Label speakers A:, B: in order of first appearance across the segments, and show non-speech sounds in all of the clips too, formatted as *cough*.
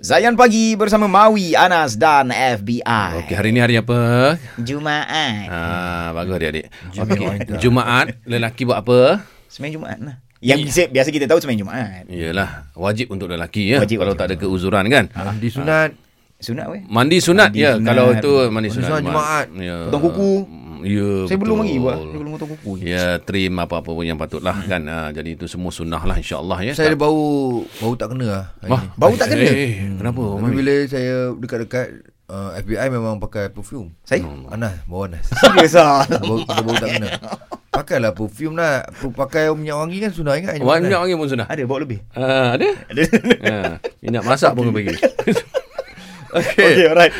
A: Zayan Pagi bersama Mawi, Anas dan FBI.
B: Okey, hari ni hari apa?
A: Jumaat.
B: Ah, bagus adik-adik.
A: Jumaat.
B: Okey, Jumaat lelaki buat apa?
A: Semayang Jumaat lah. Yang yeah. biasa kita tahu semayang Jumaat.
B: Iyalah, wajib untuk lelaki ya.
A: Wajib,
B: Wajib, kalau
A: wajib.
B: tak ada keuzuran kan.
C: Mandi sunat
A: Sunat
B: *laughs*
A: weh.
B: Mandi sunat
A: Mandi
B: mandi ya,
A: sunat.
B: sunat. kalau itu mandi sunat.
C: sunat Jumaat.
B: Ya.
A: Potong kuku.
B: Ya,
A: Saya belum
B: betul.
A: lagi buat. Saya belum potong kuku.
B: Ya, trim apa-apa pun yang patutlah kan. Ah, jadi itu semua sunnah lah insya-Allah ya.
C: Saya ada bau Bau tak kena lah hari
B: Wah,
C: ni. Hmm.
A: Bau tak kena?
B: Eh, kenapa?
C: Tapi
B: Mami?
C: bila saya Dekat-dekat uh, FBI memang pakai perfume
A: Saya?
C: Anas Bau Anas
A: Serius lah.
C: Bau, kita bau tak kena Pakailah perfume lah P- Pakai minyak wangi kan Sunat ingat
B: Wah, minyak wangi pun sunnah.
A: Ada bawa lebih.
B: Ah,
A: *laughs*
B: ada?
A: Ada.
B: Ha, minyak masak pun
A: *laughs*
B: bagi.
A: Okey,
B: *laughs*
A: alright.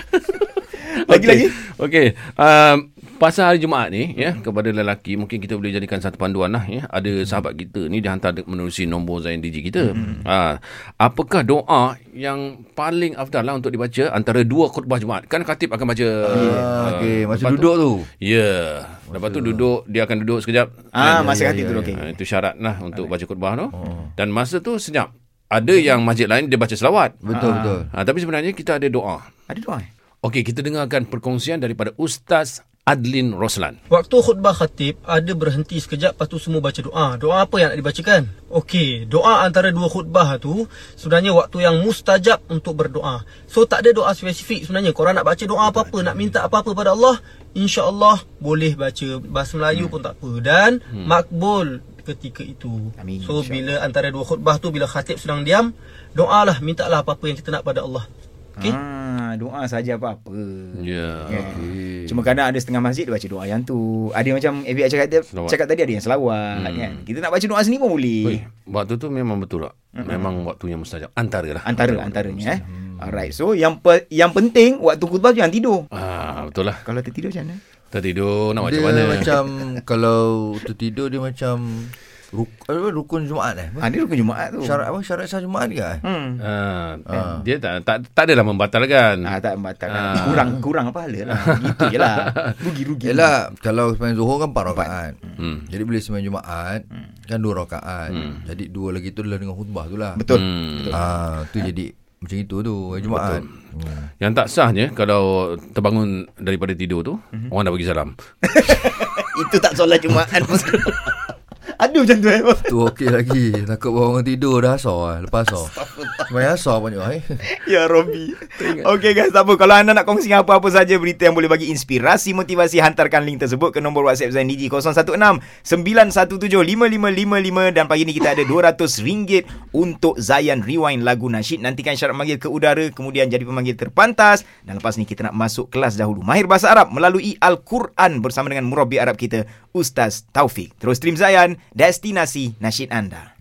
A: Lagi-lagi.
B: Okey. Um, pasal hari Jumaat ni ya kepada lelaki mungkin kita boleh jadikan satu panduan lah ya. Ada sahabat kita ni dia hantar de- menerusi nombor Zain Digi kita.
A: Hmm.
B: Ha, apakah doa yang paling afdal lah untuk dibaca antara dua khutbah Jumaat? Kan katib akan baca.
A: Ya.
C: ah, Okey Masa
B: lepas
C: duduk tu
B: Tu, ya. Yeah. Lepas tu duduk dia akan duduk sekejap.
A: Ah,
B: Dan-
A: masa
C: ya,
A: hati
C: ya,
A: tu
C: ya.
A: okey. Oh.
B: Ha, itu syarat lah untuk baca khutbah tu. Dan masa tu senyap. Ada yang masjid lain dia baca selawat.
C: Betul betul
B: Ha, tapi sebenarnya kita ada doa.
A: Ada doa. eh?
B: Okey, kita dengarkan perkongsian daripada Ustaz Adlin Roslan.
D: Waktu khutbah khatib ada berhenti sekejap lepas tu semua baca doa. Doa apa yang nak dibacakan? Okey, doa antara dua khutbah tu sebenarnya waktu yang mustajab untuk berdoa. So tak ada doa spesifik sebenarnya. Korang nak baca doa apa-apa, nak minta apa-apa pada Allah, insya-Allah boleh baca. Bahasa Melayu pun tak apa dan makbul ketika itu.
A: Hmm. Amin,
D: So
A: insya-Allah.
D: bila antara dua khutbah tu bila khatib sedang diam, doalah, mintalah apa-apa yang kita nak pada Allah. Okey?
A: Ah, doa saja apa-apa.
B: Ya.
A: Yeah. Okay. Cuma kadang ada setengah masjid dia baca doa yang tu. Ada yang macam FBI cakap, dia,
B: Selawat.
A: cakap tadi ada yang selawat hmm. kan. Kita nak baca doa sendiri pun boleh.
B: Weh, waktu tu memang betul tak? Memang waktu yang mustajab. Antara lah.
A: Antara antaranya eh. Alright. So yang pe- yang penting waktu khutbah tu jangan tidur.
B: Ah, betul lah.
A: Kalau tertidur macam mana?
B: Tertidur nak
C: Dia
B: macam mana?
C: macam Kalau tertidur dia macam ruk, apa, Rukun Jumaat eh
A: Ha, dia rukun Jumaat tu.
C: Syarat apa Syarat sah Jumaat ke eh?
A: Hmm.
B: Ah, Dia tak, tak, tak adalah membatalkan.
A: Ah, tak membatalkan.
B: Ah.
A: Kurang kurang pahala
B: *laughs*
A: lah. Gitu je lah. Rugi-rugi.
C: Yelah Kalau sembahyang Zuhur kan 4 rakaat
B: Hmm.
C: Jadi bila sembahyang Jumaat
A: Hmm.
C: Kan 2 rakaat Jadi dua lagi tu Adalah dengan khutbah tu lah
A: Betul. Ya.
B: Hmm.
C: Ah, tu jadi macam itu tu hari Jumaat. Hmm.
B: Yang tak sahnya kalau terbangun daripada tidur tu, orang dah bagi salam.
A: *laughs* Itu tak solat Jumaat. *laughs* Aduh macam tu eh.
C: Tu okey lagi. Takut bawa orang tidur dah asar lah. Lepas asar. Semayang asar banyak eh.
A: *laughs* Ya Robi Okay guys tak apa Kalau anda nak kongsikan apa-apa saja Berita yang boleh bagi inspirasi Motivasi Hantarkan link tersebut Ke nombor WhatsApp Zain Digi 016-917-5555 Dan pagi ni kita ada RM200 Untuk Zayan Rewind lagu nasyid Nantikan syarat manggil ke udara Kemudian jadi pemanggil terpantas Dan lepas ni kita nak masuk kelas dahulu Mahir Bahasa Arab Melalui Al-Quran Bersama dengan Murabi Arab kita Ustaz Taufik Terus stream Zayan Destinasi nasyid anda